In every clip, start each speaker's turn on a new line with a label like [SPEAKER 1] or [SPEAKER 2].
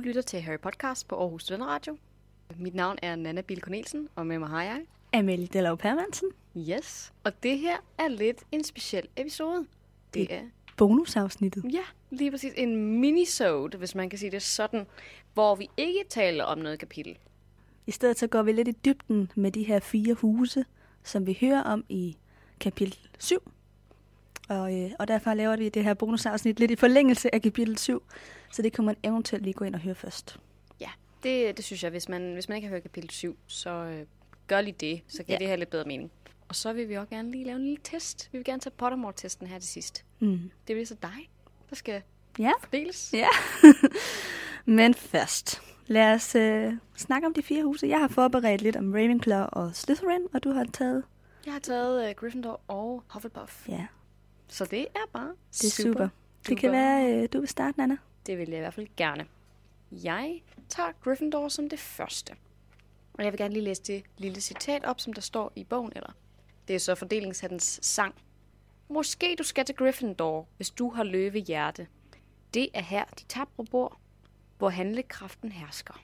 [SPEAKER 1] lytter til Harry Podcast på Aarhus Studenterradio. Mit navn er Nana Bill Cornelsen, og med mig har jeg...
[SPEAKER 2] Amelie Delav Permansen.
[SPEAKER 1] Yes. Og det her er lidt en speciel episode. Det er
[SPEAKER 2] Bonusafsnittet.
[SPEAKER 1] Ja, lige præcis. En minisode, hvis man kan sige det sådan, hvor vi ikke taler om noget kapitel.
[SPEAKER 2] I stedet så går vi lidt i dybden med de her fire huse, som vi hører om i kapitel 7. Og, øh, og derfor laver vi det her bonusafsnit lidt i forlængelse af kapitel 7, så det kan man eventuelt lige gå ind og høre først.
[SPEAKER 1] Ja, det, det synes jeg. Hvis man, hvis man ikke har hørt kapitel 7, så øh, gør lige det. Så kan
[SPEAKER 2] Ja.
[SPEAKER 1] ja. det her lidt bedre mening. Og så vil vi også gerne lige lave en lille test. Vi vil gerne tage Pottermore-testen her til sidst.
[SPEAKER 2] Mm.
[SPEAKER 1] Det bliver så dig, der skal
[SPEAKER 2] Ja.
[SPEAKER 1] fordeles.
[SPEAKER 2] Ja. Men først, lad os øh, snakke om de fire huse. Jeg har forberedt lidt om Ravenclaw og Slytherin, og du har taget...
[SPEAKER 1] Jeg har taget uh, Gryffindor og Hufflepuff.
[SPEAKER 2] Ja,
[SPEAKER 1] Så det er bare
[SPEAKER 2] det er super. super. Det
[SPEAKER 1] duper.
[SPEAKER 2] kan være, øh, du vil starte, Nana.
[SPEAKER 1] Det vil jeg i hvert fald gerne. Jeg tager Gryffindor som det første. Og jeg vil gerne lige læse det lille citat op, som der står i bogen, eller det er så fordelingshattens sang. Måske du skal til Gryffindor, hvis du har løvehjerte. Det er her, de tabre bor, hvor handlekraften hersker.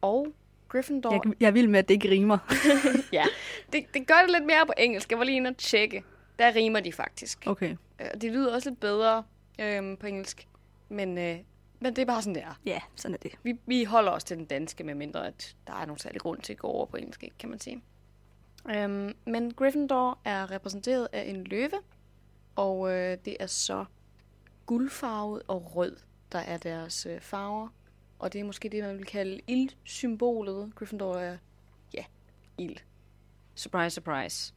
[SPEAKER 1] Og Gryffindor...
[SPEAKER 2] Jeg, jeg vil med, at det ikke rimer.
[SPEAKER 1] ja, det, det gør det lidt mere på engelsk. Jeg var lige inde og tjekke. Der rimer de faktisk.
[SPEAKER 2] Okay.
[SPEAKER 1] Øh, Og det lyder også lidt bedre øhm, på engelsk. Men, øh, men det er bare sådan, det er.
[SPEAKER 2] Ja, sådan er det.
[SPEAKER 1] Vi, vi holder os til den danske, medmindre at der er nogen særlig grund til at gå over på engelsk, ikke, kan man sige. Øhm, men Gryffindor er repræsenteret af en løve, og øh, det er så guldfarvet og rød, der er deres øh, farver. Og det er måske det, man vil kalde ildsymbolet. Gryffindor er, ja, ild. Surprise, surprise.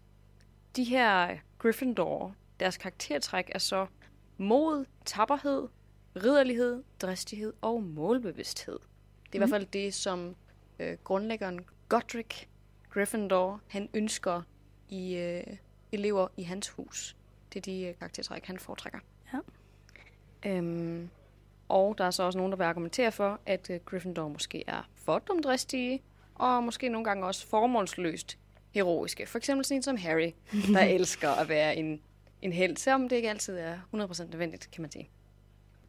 [SPEAKER 1] De her Gryffindor, deres karaktertræk er så mod, tapperhed, ridderlighed, dristighed og målbevidsthed. Det er i hvert fald det, som øh, grundlæggeren Godric Gryffindor, han ønsker i øh, elever i hans hus. Det er de øh, karaktertræk, han foretrækker.
[SPEAKER 2] Ja.
[SPEAKER 1] Øhm, og der er så også nogen, der vil argumentere for, at øh, Gryffindor måske er fordomdristige, og måske nogle gange også formålsløst heroiske. For eksempel sådan en som Harry, der elsker at være en, en held, selvom det ikke altid er 100% nødvendigt, kan man sige.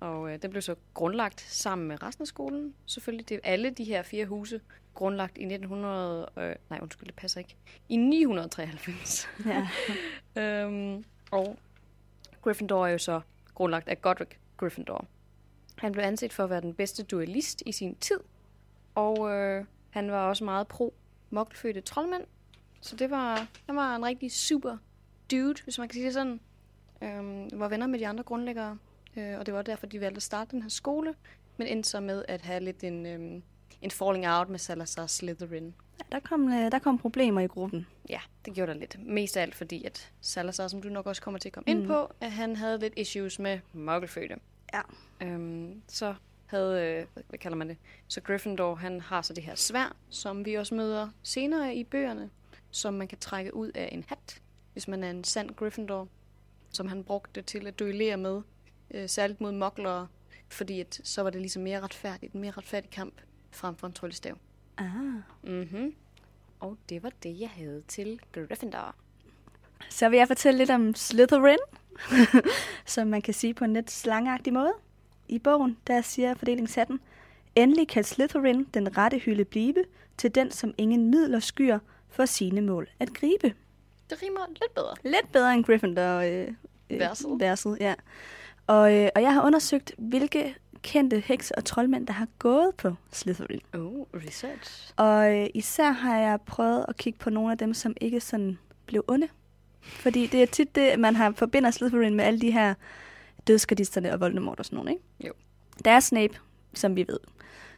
[SPEAKER 1] Og øh, den blev så grundlagt sammen med resten af skolen. Selvfølgelig, det er alle de her fire huse grundlagt i 1900... Øh, nej, undskyld, det passer ikke. I 993.
[SPEAKER 2] Ja.
[SPEAKER 1] øhm, og Gryffindor er jo så grundlagt af Godric Gryffindor. Han blev anset for at være den bedste duellist i sin tid, og øh, han var også meget pro mokkelfødte troldmand. Så det var, han var en rigtig super dude, hvis man kan sige det sådan. Øhm, var venner med de andre grundlæggere, øh, og det var derfor, de valgte at starte den her skole, men endte så med at have lidt en, øhm, en falling out med Salazar Slytherin.
[SPEAKER 2] Ja, der, kom, øh, der kom problemer i gruppen.
[SPEAKER 1] Ja, det gjorde der lidt. Mest af alt fordi, at Salazar, som du nok også kommer til at komme mm. ind på, at han havde lidt issues med mokkelfødte.
[SPEAKER 2] Ja.
[SPEAKER 1] Øhm, så havde, øh, hvad- hvad kalder man det, så Gryffindor, han har så det her svær, som vi også møder senere i bøgerne, som man kan trække ud af en hat, hvis man er en sand Gryffindor, som han brugte til at duellere med, øh, særligt mod moklere, fordi at, så var det ligesom mere retfærdigt, en mere retfærdig kamp frem for en tryllestav.
[SPEAKER 2] Ah.
[SPEAKER 1] Mhm. Og det var det, jeg havde til Gryffindor.
[SPEAKER 2] Så vil jeg fortælle lidt om Slytherin, som man kan sige på en lidt slangeagtig måde. I bogen, der siger fordelingshatten, Endelig kan Slytherin den rette hylde blive, til den, som ingen midler skyer for sine mål at gribe.
[SPEAKER 1] Det rimer lidt bedre.
[SPEAKER 2] Lidt bedre end Gryffindor. Øh, øh,
[SPEAKER 1] Verset.
[SPEAKER 2] verset ja. og, øh, og jeg har undersøgt, hvilke kendte hekse og troldmænd, der har gået på Slytherin.
[SPEAKER 1] Oh, research.
[SPEAKER 2] Og øh, især har jeg prøvet at kigge på nogle af dem, som ikke sådan blev onde. Fordi det er tit det, man har forbinder Slytherin med alle de her dødskardisterne og Voldemort og sådan nogle, ikke?
[SPEAKER 1] Jo.
[SPEAKER 2] Der er Snape, som vi ved.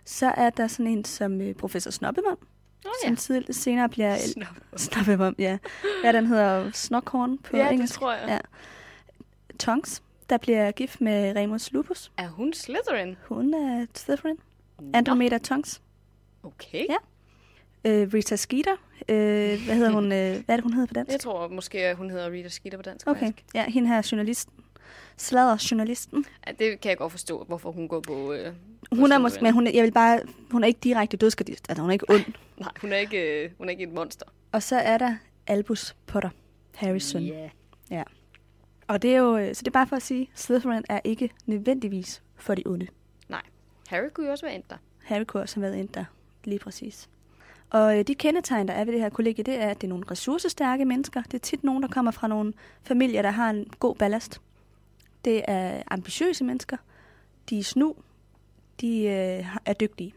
[SPEAKER 2] Så er der sådan en som øh, professor Snobbemund,
[SPEAKER 1] Åh
[SPEAKER 2] som tidligere senere bliver...
[SPEAKER 1] Snop.
[SPEAKER 2] Snobbemund, ja. Hvad den hedder? Snokhorn på
[SPEAKER 1] Ja, det
[SPEAKER 2] engelsk.
[SPEAKER 1] tror jeg.
[SPEAKER 2] Ja. Tonks, der bliver gift med Remus Lupus.
[SPEAKER 1] Er hun Slytherin?
[SPEAKER 2] Hun er Slytherin. Andromeda Tonks.
[SPEAKER 1] Okay.
[SPEAKER 2] Ja. Øh, Rita Skeeter. Øh, hvad hedder hun? Øh, hvad er det, hun hedder på dansk?
[SPEAKER 1] Jeg tror måske, at hun hedder Rita Skeeter på dansk.
[SPEAKER 2] Okay,
[SPEAKER 1] faktisk.
[SPEAKER 2] ja, hende her er journalisten. Slader journalisten.
[SPEAKER 1] Ej, Det kan jeg godt forstå, hvorfor hun går på... Øh, på
[SPEAKER 2] Hun er
[SPEAKER 1] Slytherin.
[SPEAKER 2] måske, men hun er, jeg vil bare, hun er ikke direkte dødskadist, altså hun er ikke ond.
[SPEAKER 1] Nej, hun er ikke, øh, hun er ikke et monster.
[SPEAKER 2] Og så er der Albus Potter, Harrys søn.
[SPEAKER 1] Ja.
[SPEAKER 2] Ja. Og det er jo, øh, så det er bare for at sige, Slytherin er ikke nødvendigvis for de onde.
[SPEAKER 1] Nej. Harry kunne jo også være endt der.
[SPEAKER 2] Harry kunne også have været endt der, lige præcis. Og øh, de kendetegn, der er ved det her kollegie, det er, at det er nogle ressourcestærke mennesker. Det er tit nogen, der kommer fra nogle familier, der har en god ballast. Det er ambitiøse mennesker. De er snu. De øh, har- er dygtige.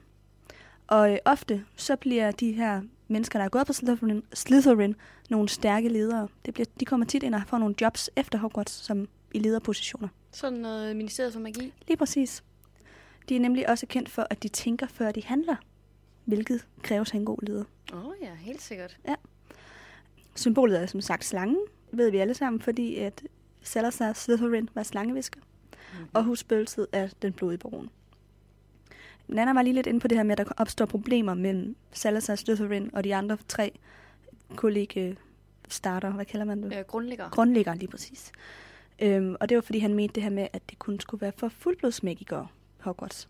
[SPEAKER 2] Og øh, ofte så bliver de her mennesker, der er gået på Slytherin, Slytherin nogle stærke ledere. Det bliver, de kommer tit ind og får nogle jobs efter Hogwarts som i lederpositioner.
[SPEAKER 1] Sådan noget ministeriet for magi.
[SPEAKER 2] Lige præcis. De er nemlig også kendt for, at de tænker, før de handler, hvilket kræver sig en god leder.
[SPEAKER 1] Åh oh, ja, helt sikkert.
[SPEAKER 2] Symbolet er som sagt slangen, ved vi alle sammen, fordi at Salazar Slytherin var slangevisker,
[SPEAKER 1] Mhm.
[SPEAKER 2] mm-hmm. og husspøgelset er den blodige baron. Nana var lige lidt inde på det her med, at der opstår problemer mellem Salazar Slytherin og de andre tre kollega starter, hvad kalder man det?
[SPEAKER 1] Øh, grundlægger.
[SPEAKER 2] Grundlægger, lige præcis. Øhm, og det var, fordi han mente det her med, at det kun skulle være for fuldblodsmagikere, Hogwarts.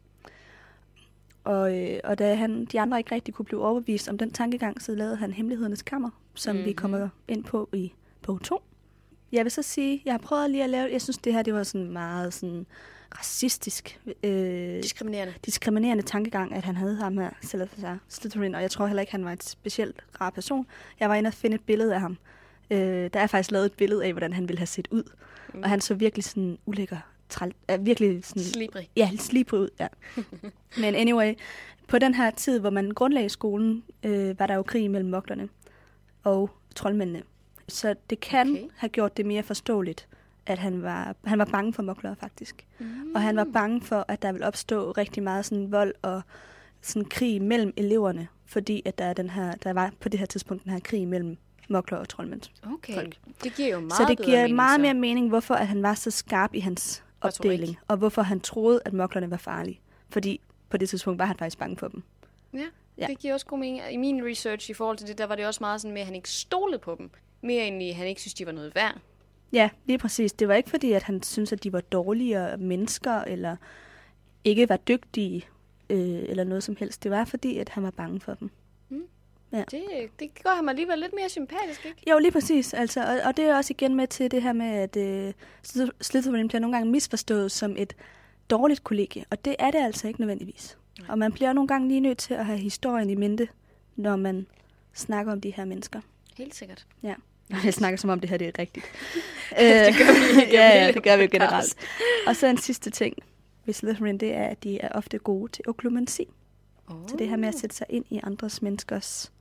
[SPEAKER 2] Og, øh, og da han, de andre ikke rigtig kunne blive overbevist om den tankegang, så lavede han Hemmelighedernes Kammer, som mm-hmm. vi
[SPEAKER 1] Mhm.
[SPEAKER 2] kommer ind på i bog 2. Jeg vil så sige, jeg har prøvet lige at lave, jeg synes det her, det var sådan meget sådan racistisk, øh,
[SPEAKER 1] Diskriminerende.
[SPEAKER 2] diskriminerende tankegang, at han havde ham her, Salazar Slytherin, og jeg tror heller ikke, han var en specielt rar person. Jeg var inde og finde et billede af ham. Øh, der er faktisk lavet et billede af, hvordan han ville have set ud.
[SPEAKER 1] Mm.
[SPEAKER 2] Mm. Og han så virkelig sådan ulækker, træl, øh, virkelig sådan
[SPEAKER 1] Slibrig.
[SPEAKER 2] Ja, lidt slipet ud, ja. Men anyway, på den her tid, hvor man grundlagde skolen, øh, var der jo krig mellem moklerne og troldmændene. Så det kan
[SPEAKER 1] Okay.
[SPEAKER 2] okay. have gjort det mere forståeligt, at han var, han var bange for moklere faktisk.
[SPEAKER 1] Mm.
[SPEAKER 2] Og han var bange for, at der ville opstå rigtig meget sådan vold og sådan krig mellem eleverne, fordi at der, er den her, der var på det her tidspunkt den her krig mellem mokler og troldmænd.
[SPEAKER 1] Okay,
[SPEAKER 2] folk.
[SPEAKER 1] det giver jo meget
[SPEAKER 2] så det
[SPEAKER 1] bedre
[SPEAKER 2] giver
[SPEAKER 1] mening,
[SPEAKER 2] meget
[SPEAKER 1] så.
[SPEAKER 2] mere mening, hvorfor at han var så skarp i hans
[SPEAKER 1] Retorik.
[SPEAKER 2] opdeling, og hvorfor han troede, at moklerne var farlige. Fordi på det tidspunkt var han faktisk bange for dem.
[SPEAKER 1] Ja, ja,
[SPEAKER 2] Ja.
[SPEAKER 1] det giver også god mening. I min research i forhold til det, der var det også meget sådan med, at han ikke stolede på dem. Mere end i, han ikke synes, de var noget værd.
[SPEAKER 2] Ja, lige præcis. Det var ikke fordi, at han syntes, at de var dårligere mennesker, eller ikke var dygtige, øh, eller noget som helst. Det var fordi, at han var bange for dem.
[SPEAKER 1] Det, det gør ham alligevel lidt mere sympatisk, ikke?
[SPEAKER 2] Jo, lige præcis. Altså, og, og det er også igen med til det her med, at øh, Slyth- Slytherin bliver nogle gange misforstået som et dårligt kollegie, og det er det altså ikke nødvendigvis.
[SPEAKER 1] Nej.
[SPEAKER 2] Og man bliver nogle gange lige nødt til at have historien i mente, når man snakker om de her mennesker.
[SPEAKER 1] Helt sikkert.
[SPEAKER 2] Ja. Jeg snakker som om det her det er rigtigt. Øh,
[SPEAKER 1] Det gør vi igennem
[SPEAKER 2] ja, ja,
[SPEAKER 1] hele
[SPEAKER 2] det gør vi jo
[SPEAKER 1] podcast.
[SPEAKER 2] generelt. Og så en sidste ting ved Slytherin, det er, at de er ofte gode til oklumensi.
[SPEAKER 1] Oh.
[SPEAKER 2] Så det her med at sætte sig ind i andres menneskers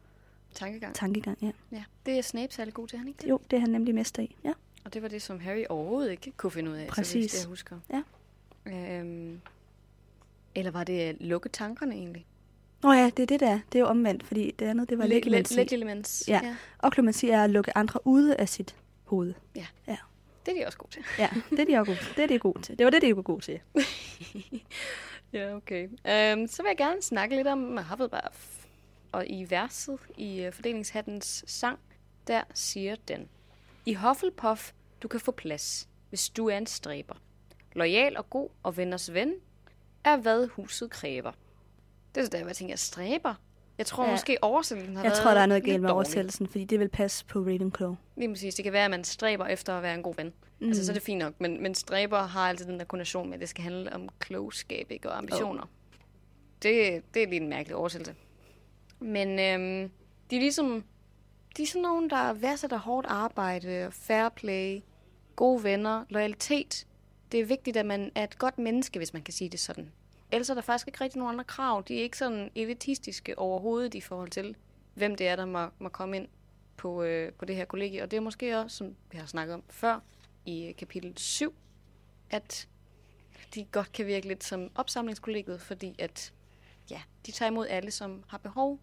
[SPEAKER 1] Tankegang.
[SPEAKER 2] tankegang. Ja.
[SPEAKER 1] Ja, det er Snape særlig god til, han ikke det?
[SPEAKER 2] Jo, det er han nemlig mester i. Ja.
[SPEAKER 1] Og det var det, som Harry overhovedet ikke kunne finde ud af, så vidt
[SPEAKER 2] Præcis.
[SPEAKER 1] jeg husker.
[SPEAKER 2] Ja.
[SPEAKER 1] Øhm, eller var det at lukke tankerne egentlig?
[SPEAKER 2] Nå ja, det er det der. Det er jo omvendt, fordi det andet, det var
[SPEAKER 1] Le-
[SPEAKER 2] legimansi.
[SPEAKER 1] le- Legilimens.
[SPEAKER 2] Ja. Oklumensi er at lukke andre ude af sit hoved.
[SPEAKER 1] Det er de også gode til.
[SPEAKER 2] Ja, det er de også gode til. Det er de gode til. Det var det, de var gode til.
[SPEAKER 1] Ja, okay. Øhm, så vil jeg gerne snakke lidt om Hufflepuff. Og i verset i øh, Fordelingshattens sang, der siger den. I Hufflepuff, du kan få plads, hvis du er en stræber. Loyal og god og venners ven er, hvad huset kræver. Det er så der, hvor jeg tænker, stræber? Jeg tror ja.
[SPEAKER 2] Ja.
[SPEAKER 1] måske oversættelsen har
[SPEAKER 2] Jeg
[SPEAKER 1] været
[SPEAKER 2] tror, der er noget
[SPEAKER 1] lidt
[SPEAKER 2] galt med
[SPEAKER 1] dårlig.
[SPEAKER 2] oversættelsen, fordi det vil passe på Ravenclaw.
[SPEAKER 1] Lige præcis. Det kan være, at man stræber efter at være en god ven. Mm. Altså, så er det fint nok. Men, men stræber har altid den der konnotation med, at det skal handle om klogskab ikke? og ambitioner. Oh. Det, det er lige en mærkelig oversættelse. Men øhm, de er ligesom... De er sådan nogen, der værdsætter hårdt arbejde, fair play, gode venner, loyalitet. Det er vigtigt, at man er et godt menneske, hvis man kan sige det sådan. Ellers er der faktisk ikke rigtig nogen andre krav. De er ikke sådan elitistiske overhovedet i forhold til, hvem det er, der må, må komme ind på, øh, på det her kollegie. Og det er måske også, som vi har snakket om før i øh, kapitel 7, at de godt kan virke lidt som opsamlingskollegiet, fordi at, ja, de tager imod alle, som har behov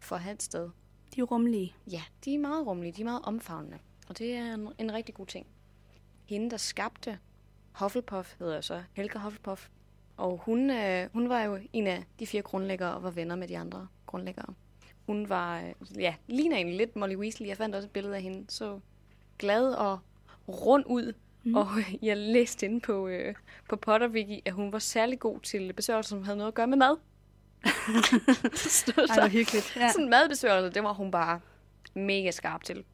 [SPEAKER 1] for at have et sted.
[SPEAKER 2] De er rummelige.
[SPEAKER 1] Ja, de er meget rummelige, de er meget omfavnende, og det er en, en rigtig god ting. Hende, der skabte Hufflepuff, hedder jo så Helga Hufflepuff, og hun, øh, hun var jo en af de fire grundlæggere og var venner med de andre grundlæggere. Hun var, øh, ja, ligner egentlig lidt Molly Weasley. Jeg fandt også et billede af hende, så glad og rund ud. Mm. Og øh, jeg læste inde på, øh, på Potter Wiki, at hun var særlig god til besøgelser, som havde noget at gøre med mad. det stod
[SPEAKER 2] Ej,
[SPEAKER 1] der.
[SPEAKER 2] hvor hyggeligt. Ja.
[SPEAKER 1] Sådan madbesværgelse, det var hun bare mega skarp til.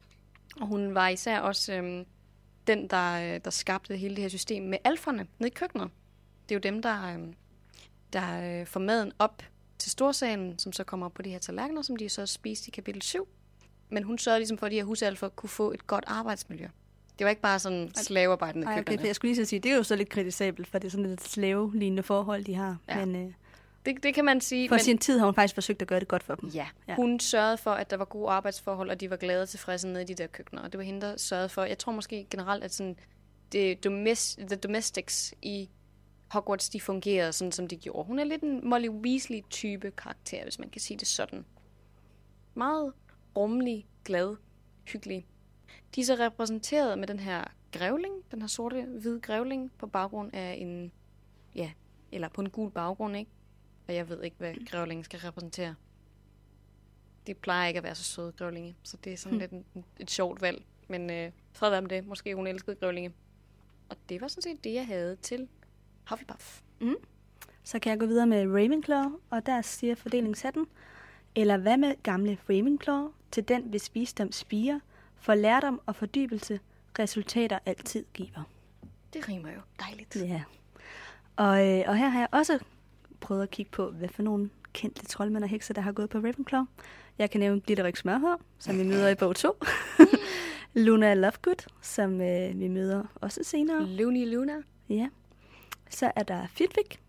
[SPEAKER 1] Og hun var især også øhm, den, der, øh, der skabte hele det her system med alferne nede i køkkenet. Det er jo dem, der, øhm, der øh, får maden op til storsalen, som så kommer på de her tallerkener, som de så spiste i kapitel 7. Men hun sørgede ligesom for, at de her husalfer kunne få et godt arbejdsmiljø. Det var ikke bare sådan slavearbejdende
[SPEAKER 2] Ej, okay,
[SPEAKER 1] køkkener.
[SPEAKER 2] for jeg skulle lige så sige, det er jo så lidt kritisabelt, for det er sådan lidt slave-lignende forhold, de har.
[SPEAKER 1] Ja.
[SPEAKER 2] Ja. Men øh,
[SPEAKER 1] Det, det kan man sige.
[SPEAKER 2] for
[SPEAKER 1] men-
[SPEAKER 2] men... sin tid har hun faktisk forsøgt at gøre det godt for dem.
[SPEAKER 1] Ja. ja.
[SPEAKER 2] Ja.
[SPEAKER 1] Hun sørgede for, at der var gode arbejdsforhold, og de var glade og tilfredse nede i de der køkkener. Og det var hende, der sørgede for. Jeg tror måske generelt, at sådan, det domest, the domestics i Hogwarts, de fungerede sådan, som de gjorde. Hun er lidt en Molly Weasley-type karakter, hvis man kan sige det sådan. Meget rummelig, glad, hyggelig. De er så repræsenteret med den her grævling, den her sorte, hvide grævling, på baggrund af en, ja, eller på en gul baggrund, ikke? Og jeg ved ikke, hvad grævlingen skal repræsentere de plejer ikke at være så søde, grevlinge. Så det er sådan hmm. lidt en, et sjovt valg. Men øh, fred være med det. Måske hun elskede grevlinge. Og det var sådan set det, jeg havde til Hufflepuff.
[SPEAKER 2] Så kan jeg gå videre med Ravenclaw, og der siger fordeling 17. Eller hvad med gamle Ravenclaw, til den hvis visdom spiger, for lærdom og fordybelse, resultater altid giver.
[SPEAKER 1] Det rimer jo dejligt.
[SPEAKER 2] Ja. Og, øh, og her har jeg også prøvet at kigge på, hvad for nogle kendte troldmænd og hekser, der har gået på Ravenclaw. Jeg kan nævne Glitterik Smørhår, som vi møder i bog 2. Luna Lovegood, som øh, vi møder også senere.
[SPEAKER 1] Looney Luna.
[SPEAKER 2] Ja. Så er der Fitwick,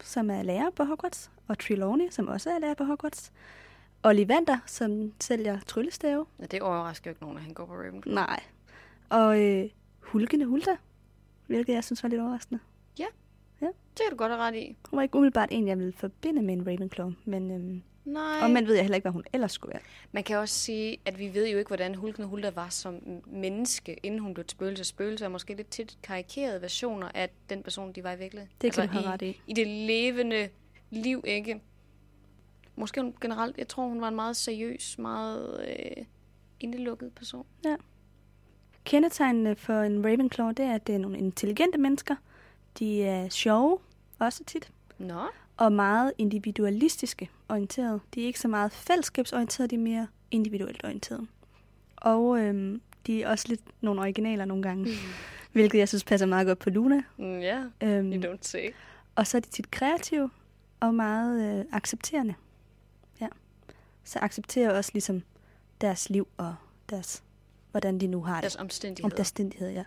[SPEAKER 2] som er lærer på Hogwarts, og Trelawney, som også er lærer på Hogwarts. Ollivander, som sælger tryllestave.
[SPEAKER 1] Ja, det overrasker jo ikke nogen, at han går på Ravenclaw.
[SPEAKER 2] Nej. Og øh, Hulkende Hulda, hvilket jeg synes var lidt overraskende.
[SPEAKER 1] Det kan du godt have ret i.
[SPEAKER 2] Hun var ikke umiddelbart en, jeg ville forbinde med en Ravenclaw, men øhm,
[SPEAKER 1] Nej.
[SPEAKER 2] og man ved jeg heller ikke, hvad hun ellers skulle være.
[SPEAKER 1] Man kan også sige, at vi ved jo ikke, hvordan Hulken Hulda var som menneske, inden hun blev til spøgelse. Spøgelser er måske lidt tit karikerede versioner af den person, de var i virkeligheden. Altså,
[SPEAKER 2] Det kan du have
[SPEAKER 1] i,
[SPEAKER 2] ret i.
[SPEAKER 1] I det levende liv, ikke? Måske hun generelt, jeg tror, hun var en meget seriøs, meget øh, indelukket person.
[SPEAKER 2] Kendetegnene for en Ravenclaw, det er, at det er nogle intelligente mennesker. De er sjove, også tit,
[SPEAKER 1] Nå,
[SPEAKER 2] og meget individualistiske orienterede. De er ikke så meget fællesskabsorienterede, de er mere individuelt orienterede. Og øhm, de er også lidt nogle originaler nogle gange, hvilket jeg synes passer meget godt på Luna.
[SPEAKER 1] Mm, ja,
[SPEAKER 2] Øhm,
[SPEAKER 1] you don't say.
[SPEAKER 2] Og så er de tit kreative og meget øh, accepterende. Ja. Så accepterer også ligesom deres liv og deres, hvordan de nu har
[SPEAKER 1] Deres
[SPEAKER 2] det.
[SPEAKER 1] omstændigheder.
[SPEAKER 2] Om deres stændighed, ja.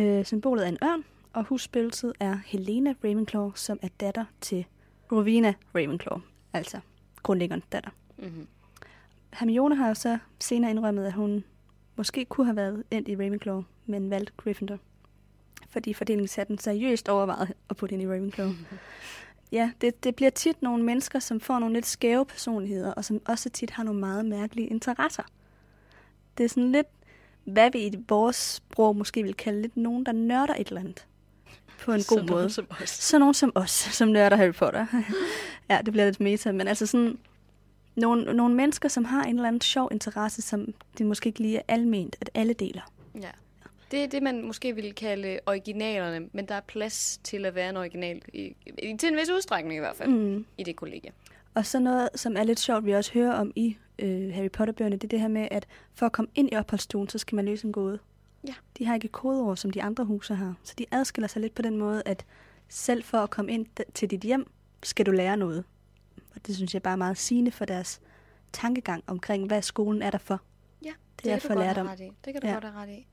[SPEAKER 2] Øh, symbolet er en ørn, og husspøgelset er Helena Ravenclaw, som er datter til Rowena Ravenclaw, altså grundlæggerens datter.
[SPEAKER 1] Mm-hmm.
[SPEAKER 2] Hermione har jo så senere indrømmet, at hun måske kunne have været endt i Ravenclaw, men valgte Gryffindor. Fordi fordelingen satte den seriøst overvejet at putte ind i Ravenclaw. ja, det, det bliver tit nogle mennesker, som får nogle lidt skæve personligheder, og som også tit har nogle meget mærkelige interesser. Det er sådan lidt, hvad vi i vores sprog måske vil kalde lidt nogen, der nørder et eller andet. På en god måde.
[SPEAKER 1] Som os.
[SPEAKER 2] Sådan nogen som os, som nørder Harry Potter. ja, det bliver lidt meta, men altså sådan... Nogle, nogle mennesker, som har en eller anden sjov interesse, som det måske ikke lige er alment, at alle deler.
[SPEAKER 1] Ja. Det er det, man måske ville kalde originalerne, men der er plads til at være en original, i, i, til en vis udstrækning i hvert fald, mm.
[SPEAKER 2] Mm.
[SPEAKER 1] i det kollega.
[SPEAKER 2] Og så noget, som er lidt sjovt, vi også hører om i øh, Harry Potter-bøgerne, det er det her med, at for at komme ind i opholdsstuen, så skal man løse en gåde.
[SPEAKER 1] Ja.
[SPEAKER 2] De har ikke kodeord, som de andre huse har. Så de adskiller sig lidt på den måde, at selv for at komme ind d- til dit hjem, skal du lære noget. Og det synes jeg bare er meget sigende for deres tankegang omkring, hvad skolen er der for.
[SPEAKER 1] Ja,
[SPEAKER 2] Det er
[SPEAKER 1] kan
[SPEAKER 2] for
[SPEAKER 1] du godt have
[SPEAKER 2] lærdom.
[SPEAKER 1] ret i. Det kan du ja.
[SPEAKER 2] Ja.
[SPEAKER 1] godt have ret i.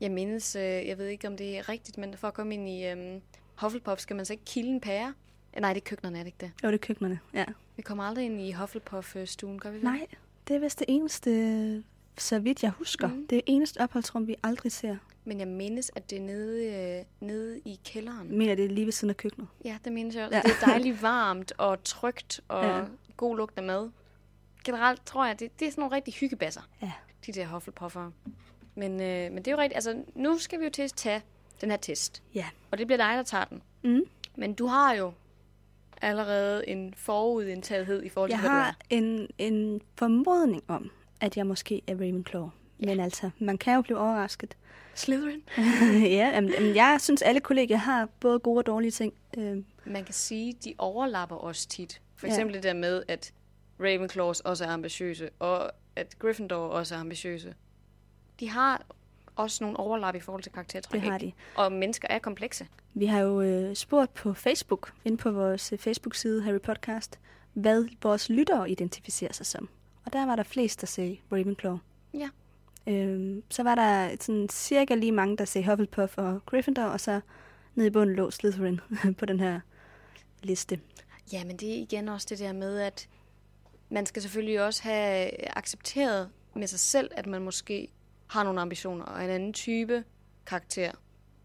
[SPEAKER 1] Jeg mindes, øh, jeg ved ikke, om det er rigtigt, men for at komme ind i øhm, Hufflepuff, skal man så ikke kilde en pære? Eh, Nej, det er køkkenerne, er det ikke det?
[SPEAKER 2] Jo, det er køkkenerne, ja.
[SPEAKER 1] Vi kommer aldrig ind i Hufflepuff-stuen, gør vi det?
[SPEAKER 2] Nej, det er vist det eneste, så vidt jeg husker.
[SPEAKER 1] Mm.
[SPEAKER 2] Mm. Det er eneste opholdsrum, vi aldrig ser.
[SPEAKER 1] Men jeg mindes, at det er nede, øh, nede i kælderen.
[SPEAKER 2] Jeg mener, det er lige ved siden af køkkenet.
[SPEAKER 1] Ja, det mindes jeg også. Ja.
[SPEAKER 2] Mm. Ja.
[SPEAKER 1] Det er dejligt varmt og trygt og ja.
[SPEAKER 2] Ja.
[SPEAKER 1] god lugt af mad. Generelt tror jeg, det, det er sådan nogle rigtig hyggebasser.
[SPEAKER 2] Ja.
[SPEAKER 1] de der Hufflepuffer. Men, øh, men det er jo rigtigt. Altså, nu skal vi jo til at tage den her test.
[SPEAKER 2] Ja.
[SPEAKER 1] Og det bliver dig, der tager den.
[SPEAKER 2] Mm.
[SPEAKER 1] Men du har jo allerede en forudindtagethed i forhold til,
[SPEAKER 2] Jeg
[SPEAKER 1] hvad
[SPEAKER 2] har en, en formodning om, at jeg måske er Ravenclaw. Ja. Men altså, man kan jo blive overrasket.
[SPEAKER 1] du er. Slytherin.
[SPEAKER 2] ja, jamen, jamen, jeg synes, alle kollegier har både gode og dårlige ting. Øhm,
[SPEAKER 1] Man kan sige, de overlapper os tit. For
[SPEAKER 2] Ja.
[SPEAKER 1] eksempel ja. det der med, at Ravenclaws også er ambitiøse, og at Gryffindor også er ambitiøse. De har også nogle overlap i forhold til karaktertræk.
[SPEAKER 2] Det har
[SPEAKER 1] ikke?
[SPEAKER 2] de.
[SPEAKER 1] Og mennesker er komplekse.
[SPEAKER 2] Vi har jo øh, spurgt på Facebook, inde på vores øh, Facebook-side Harry Podcast, hvad vores lyttere identificerer sig som. Og der var der flest, der sagde Ravenclaw.
[SPEAKER 1] Ja.
[SPEAKER 2] Øhm, så var der sådan cirka lige mange, der sagde Hufflepuff og Gryffindor, og så nede i bunden lå Slytherin på den her liste.
[SPEAKER 1] Ja, men det er igen også det der med, at man skal selvfølgelig også have accepteret med sig selv, at man måske har nogle ambitioner og en anden type karakter.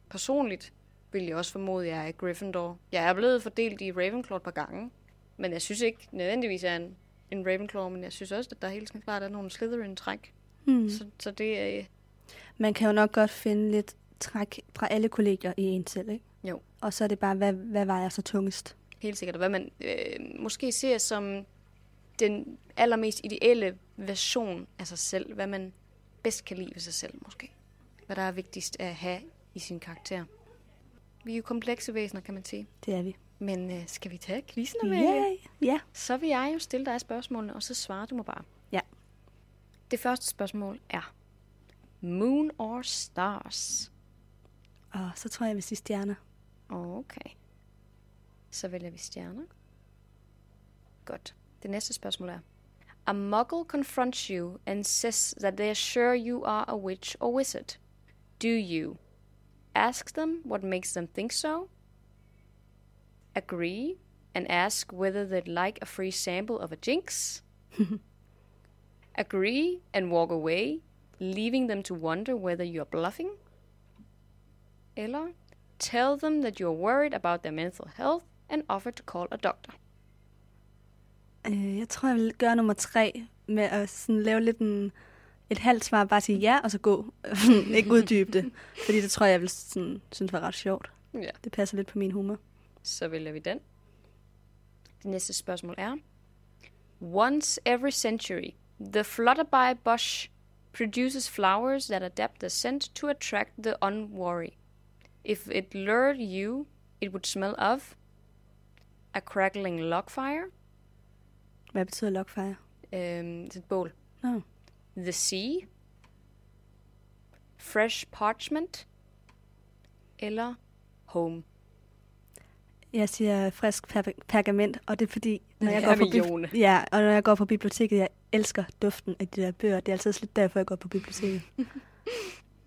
[SPEAKER 1] Personligt vil jeg også formode, at jeg er Gryffindor. Jeg er blevet fordelt i Ravenclaw et par gange, men jeg synes ikke nødvendigvis, at jeg er en, en Ravenclaw, men jeg synes også, at der helt sådan klart er nogle Slytherin-træk.
[SPEAKER 2] Hmm.
[SPEAKER 1] Mm. Så, så det er...
[SPEAKER 2] Man kan jo nok godt finde lidt træk fra alle kolleger i en selv, ikke?
[SPEAKER 1] Jo.
[SPEAKER 2] Og så er det bare, hvad, hvad vejer så tungest?
[SPEAKER 1] Helt sikkert, og hvad man øh, måske ser som den allermest ideelle version af sig selv. Hvad man bedst kan lide ved sig selv, måske. Hvad der er vigtigst at have i sin karakter. Vi er jo komplekse væsener, kan man sige.
[SPEAKER 2] Det er vi.
[SPEAKER 1] Men øh, skal vi tage quizzen, Amalie?
[SPEAKER 2] Yay! Ja.
[SPEAKER 1] Så vil jeg jo stille dig spørgsmålene, og så svarer du mig bare.
[SPEAKER 2] Ja.
[SPEAKER 1] Det første spørgsmål er... Moon or stars?
[SPEAKER 2] Og så tror jeg, jeg vil sige stjerner.
[SPEAKER 1] Okay. Så vælger vi stjerner. Godt. Det næste spørgsmål er. A muggle confronts you and says that they are sure you are a witch or wizard. Do you ask them what makes them think so? Agree and ask whether they'd like a free sample of a jinx? Agree and walk away, leaving them to wonder whether you are bluffing? Eller tell them that you're worried about their mental health and offer to call a doctor.
[SPEAKER 2] Øh, jeg tror, jeg vil gøre nummer tre med at sådan lave lidt en, et halvt svar, bare sige ja, og så gå. ikke uddybe det. Fordi det tror jeg, jeg vil sådan, synes var ret sjovt.
[SPEAKER 1] Ja.
[SPEAKER 2] Det passer lidt på min humor.
[SPEAKER 1] Så vælger vi den. Det næste spørgsmål er. Once every century, the flutterby bush produces flowers that adapt their scent to attract the unwary. If it lured you, it would smell of a crackling log fire,
[SPEAKER 2] Hvad betyder lokfejre?
[SPEAKER 1] øhm, et bål,
[SPEAKER 2] Nå,
[SPEAKER 1] the sea, fresh parchment eller home.
[SPEAKER 2] jeg siger frisk per- pergament, og det er fordi, når jeg,
[SPEAKER 1] Ja,
[SPEAKER 2] går på
[SPEAKER 1] med Jone.
[SPEAKER 2] bibli- ja, og når jeg går på biblioteket, jeg elsker duften af de der bøger. Det er altid lidt derfor, jeg går på biblioteket.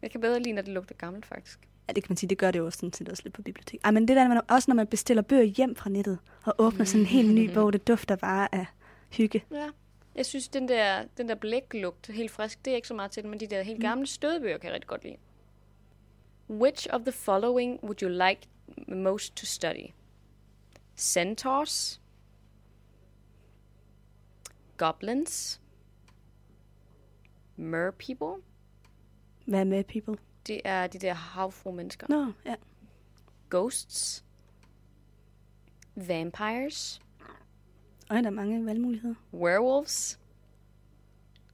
[SPEAKER 1] Jeg kan bedre lide, når det lugter gammelt, faktisk.
[SPEAKER 2] Ja, det kan man sige, det gør det jo sådan set også lidt på biblioteket. Ej, men det der, man også når man bestiller bøger hjem fra nettet, og åbner sådan en helt ny bog, det dufter bare af hygge.
[SPEAKER 1] Ja. Jeg synes, den der, den der blæklugt, helt frisk, det er ikke så meget til det, men de der helt gamle stødbøger kan jeg rigtig godt lide. Which of the following would you like most to study? Centaurs? Goblins? Merpeople?
[SPEAKER 2] Hvad med people?
[SPEAKER 1] Det er de der havfru-mennesker.
[SPEAKER 2] Nå, ja.
[SPEAKER 1] Ghosts? Vampires?
[SPEAKER 2] Og der er mange valgmuligheder.
[SPEAKER 1] Werewolves?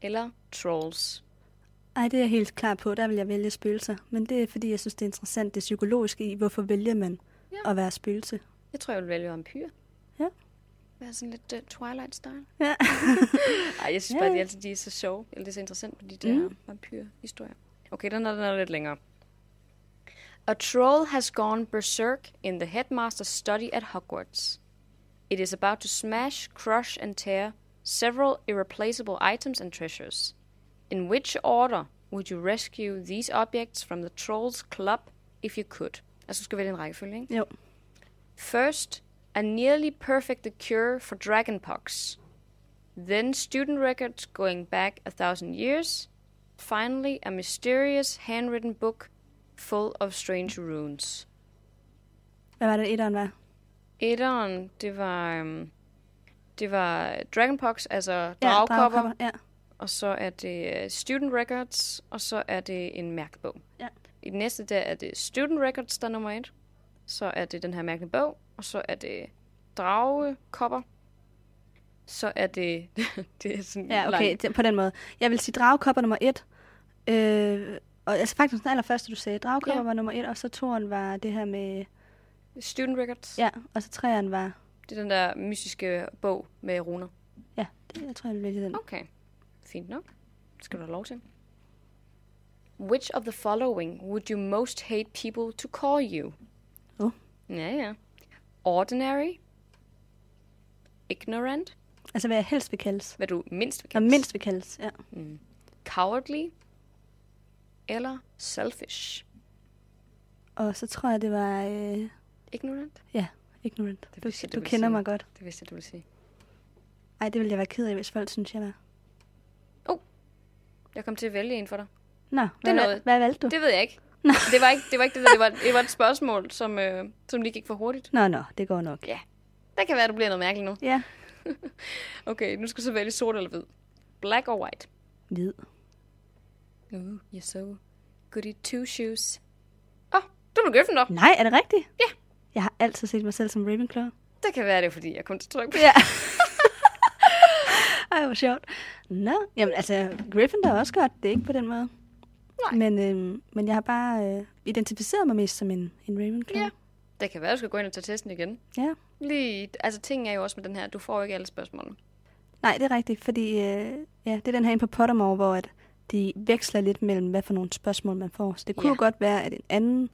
[SPEAKER 1] Eller trolls?
[SPEAKER 2] Ej, det er jeg helt klar på. Der vil jeg vælge spøgelser. Men det er, fordi jeg synes, det er interessant, det psykologiske i, hvorfor vælger man
[SPEAKER 1] Ja.
[SPEAKER 2] ja. at være spøgelse.
[SPEAKER 1] Jeg tror, jeg vil vælge vampyr.
[SPEAKER 2] Ja.
[SPEAKER 1] Være sådan lidt uh, Twilight-style.
[SPEAKER 2] Ja.
[SPEAKER 1] Ej, jeg synes
[SPEAKER 2] Ja,
[SPEAKER 1] bare, at de,
[SPEAKER 2] ja.
[SPEAKER 1] altid, de er så sjove. Eller det er så interessant med de der mm. vampyrhistorier. Okay, den er, den er lidt længere. A troll has gone berserk in the headmaster's study at Hogwarts. It is about to smash, crush and tear several irreplaceable items and treasures. In which order would you rescue these objects from the troll's club if you could? Altså, du skal vælge en rækkefølge, ikke?
[SPEAKER 2] jo.
[SPEAKER 1] First, a nearly perfect cure for dragonpox. Then, student records going back a thousand years. Finally, a mysterious handwritten book full of strange runes.
[SPEAKER 2] Hvad var det, etteren var?
[SPEAKER 1] Etteren, det var, øhm, det var dragonpox, altså
[SPEAKER 2] Ja,
[SPEAKER 1] dragkopper,
[SPEAKER 2] Ja.
[SPEAKER 1] og så er det øh, student records, og så er det en mærkebog.
[SPEAKER 2] ja.
[SPEAKER 1] I den næste, der er det Student Records, der er nummer et. Så er det den her mærkelige bog. Og så er det Dragekopper. Så er det... det er sådan
[SPEAKER 2] Ja, okay,
[SPEAKER 1] langt.
[SPEAKER 2] det, på den måde. Jeg vil sige dragkopper nummer et. Øh, og altså faktisk den allerførste, du sagde. Dragkopper
[SPEAKER 1] Ja.
[SPEAKER 2] ja. var nummer et, og så toeren var det her med...
[SPEAKER 1] Student Records. Ja.
[SPEAKER 2] Ja, og så treeren var...
[SPEAKER 1] Det er den der mystiske bog med runer.
[SPEAKER 2] Ja, det, jeg tror, jeg vil vælge den.
[SPEAKER 1] Okay. Fint nok. Skal du have lov til. Which of the following would you most hate people to call you?
[SPEAKER 2] Åh.
[SPEAKER 1] Ja, ja. Ordinary. Ignorant.
[SPEAKER 2] Altså, hvad jeg helst vil kaldes.
[SPEAKER 1] Hvad du mindst vil
[SPEAKER 2] Når
[SPEAKER 1] kalde.
[SPEAKER 2] mindst vil kaldes, ja.
[SPEAKER 1] Cowardly. Eller selfish.
[SPEAKER 2] Og så tror jeg, det var... Øh,
[SPEAKER 1] Ignorant.
[SPEAKER 2] ja, ignorant.
[SPEAKER 1] Det
[SPEAKER 2] Du,
[SPEAKER 1] vidste jeg,
[SPEAKER 2] du
[SPEAKER 1] ville
[SPEAKER 2] kender
[SPEAKER 1] sige.
[SPEAKER 2] mig godt.
[SPEAKER 1] Det vidste jeg, du ville sige.
[SPEAKER 2] Ej, det ville jeg være ked af, hvis folk synes, jeg var.
[SPEAKER 1] Jeg kom til at vælge en for dig.
[SPEAKER 2] Nå, hvad,
[SPEAKER 1] noget.
[SPEAKER 2] hvad valgte du?
[SPEAKER 1] Det ved jeg ikke.
[SPEAKER 2] Nå.
[SPEAKER 1] Det var ikke det, var ikke det, der. det, var, det var et spørgsmål, som, øh, som lige gik for hurtigt.
[SPEAKER 2] Nå, nå, det går nok.
[SPEAKER 1] Der kan være, at du bliver noget mærkeligt nu.
[SPEAKER 2] Ja.
[SPEAKER 1] Okay, nu skal du så vælge sort eller hvid. Black or white?
[SPEAKER 2] Hvid.
[SPEAKER 1] Ooh, you're so good at two shoes. Åh, oh, du er en Gryffindor.
[SPEAKER 2] Nej, er det rigtigt?
[SPEAKER 1] Ja.
[SPEAKER 2] Jeg har altid set mig selv som Ravenclaw.
[SPEAKER 1] Det kan være, det er, fordi jeg kun til tryk på.
[SPEAKER 2] Ja. Ej, hvor sjovt. Nå, jamen altså, Gryffindor er også godt. Det er ikke på den måde.
[SPEAKER 1] Nej.
[SPEAKER 2] Men, øhm, men jeg har bare øh, identificeret mig mest som en, en Ravenclaw.
[SPEAKER 1] Ja. Det kan være, at du skal gå ind og tage testen igen.
[SPEAKER 2] ja.
[SPEAKER 1] Lige, altså ting er jo også med den her, du får jo ikke alle spørgsmålene.
[SPEAKER 2] Nej, det er rigtigt, fordi øh, ja, det er den her inde på Pottermore, hvor at de veksler lidt mellem, hvad for nogle spørgsmål man får. Så det kunne
[SPEAKER 1] Ja.
[SPEAKER 2] ja. godt være, at en anden,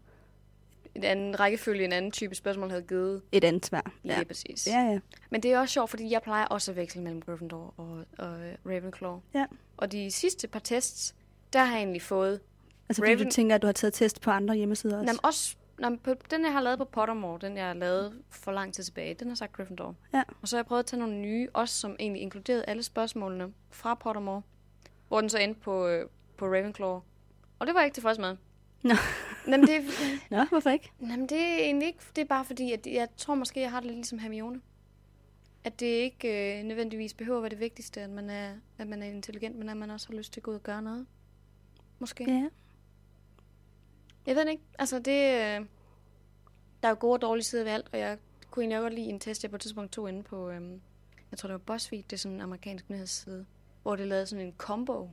[SPEAKER 1] En anden rækkefølge, en anden type spørgsmål havde givet.
[SPEAKER 2] et andet svar.
[SPEAKER 1] Ja. Lige præcis.
[SPEAKER 2] ja, ja.
[SPEAKER 1] Men det er også sjovt, fordi jeg plejer også at veksle mellem Gryffindor og, og øh, Ravenclaw.
[SPEAKER 2] Ja.
[SPEAKER 1] Og de sidste par tests, der har jeg egentlig fået...
[SPEAKER 2] Altså fordi
[SPEAKER 1] Raven-
[SPEAKER 2] du tænker, at du har taget test på andre hjemmesider også.
[SPEAKER 1] Jamen også, jamen, på, den jeg har lavet på Pottermore, den jeg har lavet for lang tid tilbage, den har sagt Gryffindor.
[SPEAKER 2] Ja.
[SPEAKER 1] Og så har jeg prøvet at tage nogle nye, også som egentlig inkluderede alle spørgsmålene fra Pottermore. Hvor den så endte på, øh, på Ravenclaw. Og det var jeg ikke tilfreds med.
[SPEAKER 2] Nå.
[SPEAKER 1] Jamen det,
[SPEAKER 2] Nå, hvorfor ikke?
[SPEAKER 1] jamen det er egentlig ikke, det er bare fordi, at jeg tror måske, jeg har det lidt ligesom Hermione. At det ikke øh, nødvendigvis behøver at være det vigtigste, at man, er, at man er intelligent, men at man også har lyst til at gå ud og gøre noget. Måske.
[SPEAKER 2] Ja.
[SPEAKER 1] Jeg ved det ikke. Altså, det... øh, Der er jo gode og dårlige sider ved alt, og jeg kunne egentlig også godt lide en test, jeg på et tidspunkt tog inde på... Øhm, jeg tror, det var BuzzFeed, det er sådan en amerikansk nyhedsside, hvor det lavede sådan en combo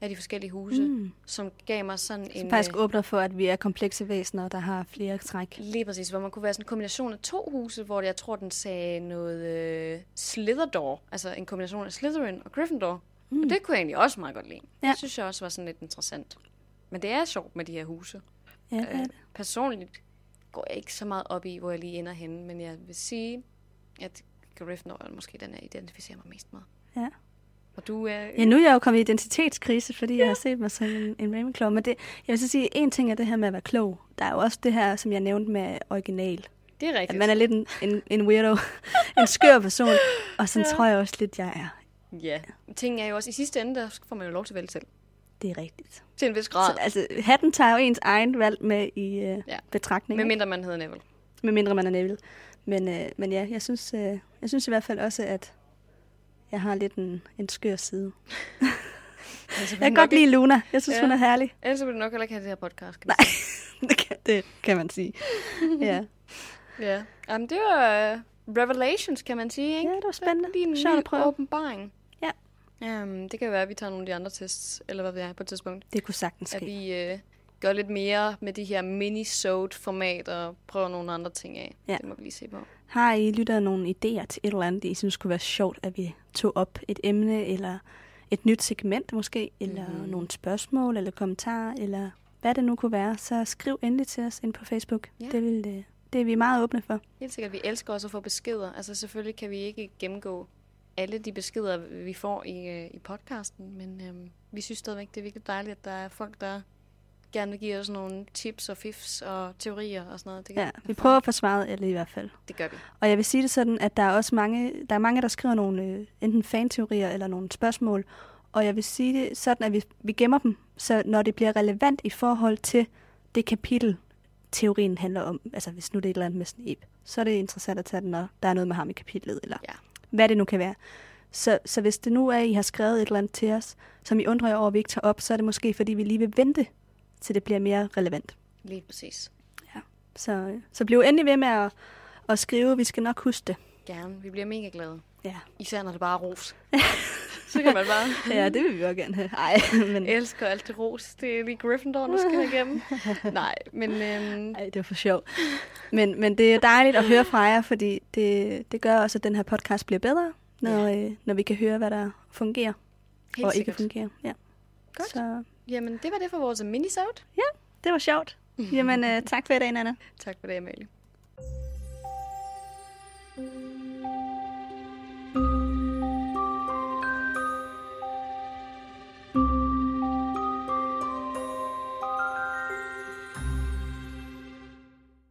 [SPEAKER 1] af de forskellige huse, mm.
[SPEAKER 2] Mm.
[SPEAKER 1] som gav mig sådan en...
[SPEAKER 2] Så faktisk
[SPEAKER 1] øh,
[SPEAKER 2] åbner for, at vi er komplekse væsener, der har flere træk.
[SPEAKER 1] Lige præcis, hvor man kunne være sådan en kombination af to huse, hvor jeg tror, den sagde noget øh, Slytherdor, altså en kombination af Slytherin og Gryffindor. Mm. Og det kunne jeg egentlig også meget godt lide.
[SPEAKER 2] Ja.
[SPEAKER 1] Det synes jeg også var sådan lidt interessant. Men det er sjovt med de her huse.
[SPEAKER 2] Ja, det er
[SPEAKER 1] Øh,
[SPEAKER 2] det.
[SPEAKER 1] personligt går jeg ikke så meget op i, hvor jeg lige ender henne, men jeg vil sige, at Gryffindor er måske den, jeg identificerer mig mest med.
[SPEAKER 2] Ja.
[SPEAKER 1] Og du er...
[SPEAKER 2] Ja, nu er jeg jo kommet i identitetskrise, fordi ja. jeg har set mig som en, en Ravenclaw. Men det, jeg vil så sige, en ting er det her med at være klog. Der er jo også det her, som jeg nævnte med original.
[SPEAKER 1] det er
[SPEAKER 2] At
[SPEAKER 1] rigtigt.
[SPEAKER 2] man er lidt en, en, en weirdo, en skør person. Og sådan ja. tror jeg også lidt, jeg er.
[SPEAKER 1] Ja. Ting er jo også, i sidste ende, der får man jo lov til at vælge selv.
[SPEAKER 2] Det er rigtigt.
[SPEAKER 1] Til en vis grad.
[SPEAKER 2] Så, altså, hatten tager jo ens egen valg med i øh,
[SPEAKER 1] Ja.
[SPEAKER 2] ja. betragtning,
[SPEAKER 1] Med
[SPEAKER 2] med,
[SPEAKER 1] mindre man hedder Neville.
[SPEAKER 2] med mindre man er Neville. Men, øh, men ja, jeg synes, øh, jeg synes i hvert fald også, at jeg har lidt en, en skør side.
[SPEAKER 1] Ellers ville
[SPEAKER 2] Jeg
[SPEAKER 1] du
[SPEAKER 2] kan
[SPEAKER 1] nok
[SPEAKER 2] godt lide Luna. Jeg synes,
[SPEAKER 1] Altså, Ja.
[SPEAKER 2] ja. hun er herlig.
[SPEAKER 1] ikke- Ellers ville du nok heller ikke have det her podcast. kan man
[SPEAKER 2] Nej, det kan, det kan man sige. ja.
[SPEAKER 1] sige. Ja. Jamen, det var uh, revelations, kan man sige, ikke?
[SPEAKER 2] ja, det var spændende.
[SPEAKER 1] Lige en
[SPEAKER 2] Sjovt at
[SPEAKER 1] lille
[SPEAKER 2] prøve.
[SPEAKER 1] åbenbaring.
[SPEAKER 2] Ja.
[SPEAKER 1] Um, det kan jo være, at vi tager nogle af de andre tests, eller hvad ved jeg, på et tidspunkt.
[SPEAKER 2] Det kunne sagtens
[SPEAKER 1] at
[SPEAKER 2] ske.
[SPEAKER 1] vi øh, gør lidt mere med de her mini-sode-format og prøver nogle andre ting af.
[SPEAKER 2] Ja.
[SPEAKER 1] Det må vi lige se på.
[SPEAKER 2] Har I lyttet nogle idéer til et eller andet, I synes kunne være sjovt, at vi tog op et emne, eller et nyt segment måske, eller
[SPEAKER 1] Mhm.
[SPEAKER 2] mm. nogle spørgsmål, eller kommentarer, eller hvad det nu kunne være, så skriv endelig til os ind på Facebook.
[SPEAKER 1] Ja.
[SPEAKER 2] Det, vil, øh, det er vi meget åbne for.
[SPEAKER 1] Helt sikkert, vi elsker også at få beskeder. Altså selvfølgelig kan vi ikke gennemgå alle de beskeder, vi får i, øh, i podcasten, men øh, vi synes stadigvæk, det er virkelig dejligt, at der er folk, der gerne vil give os nogle tips og fifs og teorier og sådan noget. Det, kan-
[SPEAKER 2] Ja, vi prøver at få svaret alle i hvert fald.
[SPEAKER 1] det gør vi.
[SPEAKER 2] Og jeg vil sige det sådan, at der er også mange, der, er mange, der skriver nogle øh, enten fanteorier eller nogle spørgsmål. Og jeg vil sige det sådan, at vi, vi gemmer dem, så når det bliver relevant i forhold til det kapitel, teorien handler om, altså hvis nu det er et eller andet med Snape, så er det interessant at tage den, når der er noget med ham i kapitlet, eller
[SPEAKER 1] Ja.
[SPEAKER 2] ja. hvad det nu kan være. Så, så hvis det nu er, at I har skrevet et eller andet til os, som I undrer jer over, at vi ikke tager op, så er det måske, fordi vi lige vil vente, til det bliver mere relevant.
[SPEAKER 1] Lige præcis.
[SPEAKER 2] Så, øh, så bliv endelig ved med at, at skrive, vi skal nok huske det.
[SPEAKER 1] Gerne. Vi bliver mega glade.
[SPEAKER 2] Ja.
[SPEAKER 1] Især når det bare er ros. Så kan man bare...
[SPEAKER 2] Ja, det vil vi også gerne have. Ej, men...
[SPEAKER 1] Jeg elsker alt det ros. Det er lige Gryffindor, nu skal jeg igennem. Nej, men øhm,
[SPEAKER 2] Ej, det var for sjov. Men, men det er dejligt at høre fra jer, fordi det, det gør også, at den her podcast bliver bedre, når, ja. øh, når vi kan høre, hvad der fungerer
[SPEAKER 1] helt
[SPEAKER 2] og
[SPEAKER 1] sikkert.
[SPEAKER 2] ikke fungerer. Ja.
[SPEAKER 1] Godt.
[SPEAKER 2] Så
[SPEAKER 1] Jamen, det var det for vores minisode.
[SPEAKER 2] Det var sjovt. Jamen, øh, tak for i dag, Anna.
[SPEAKER 1] Tak for det, Amalie.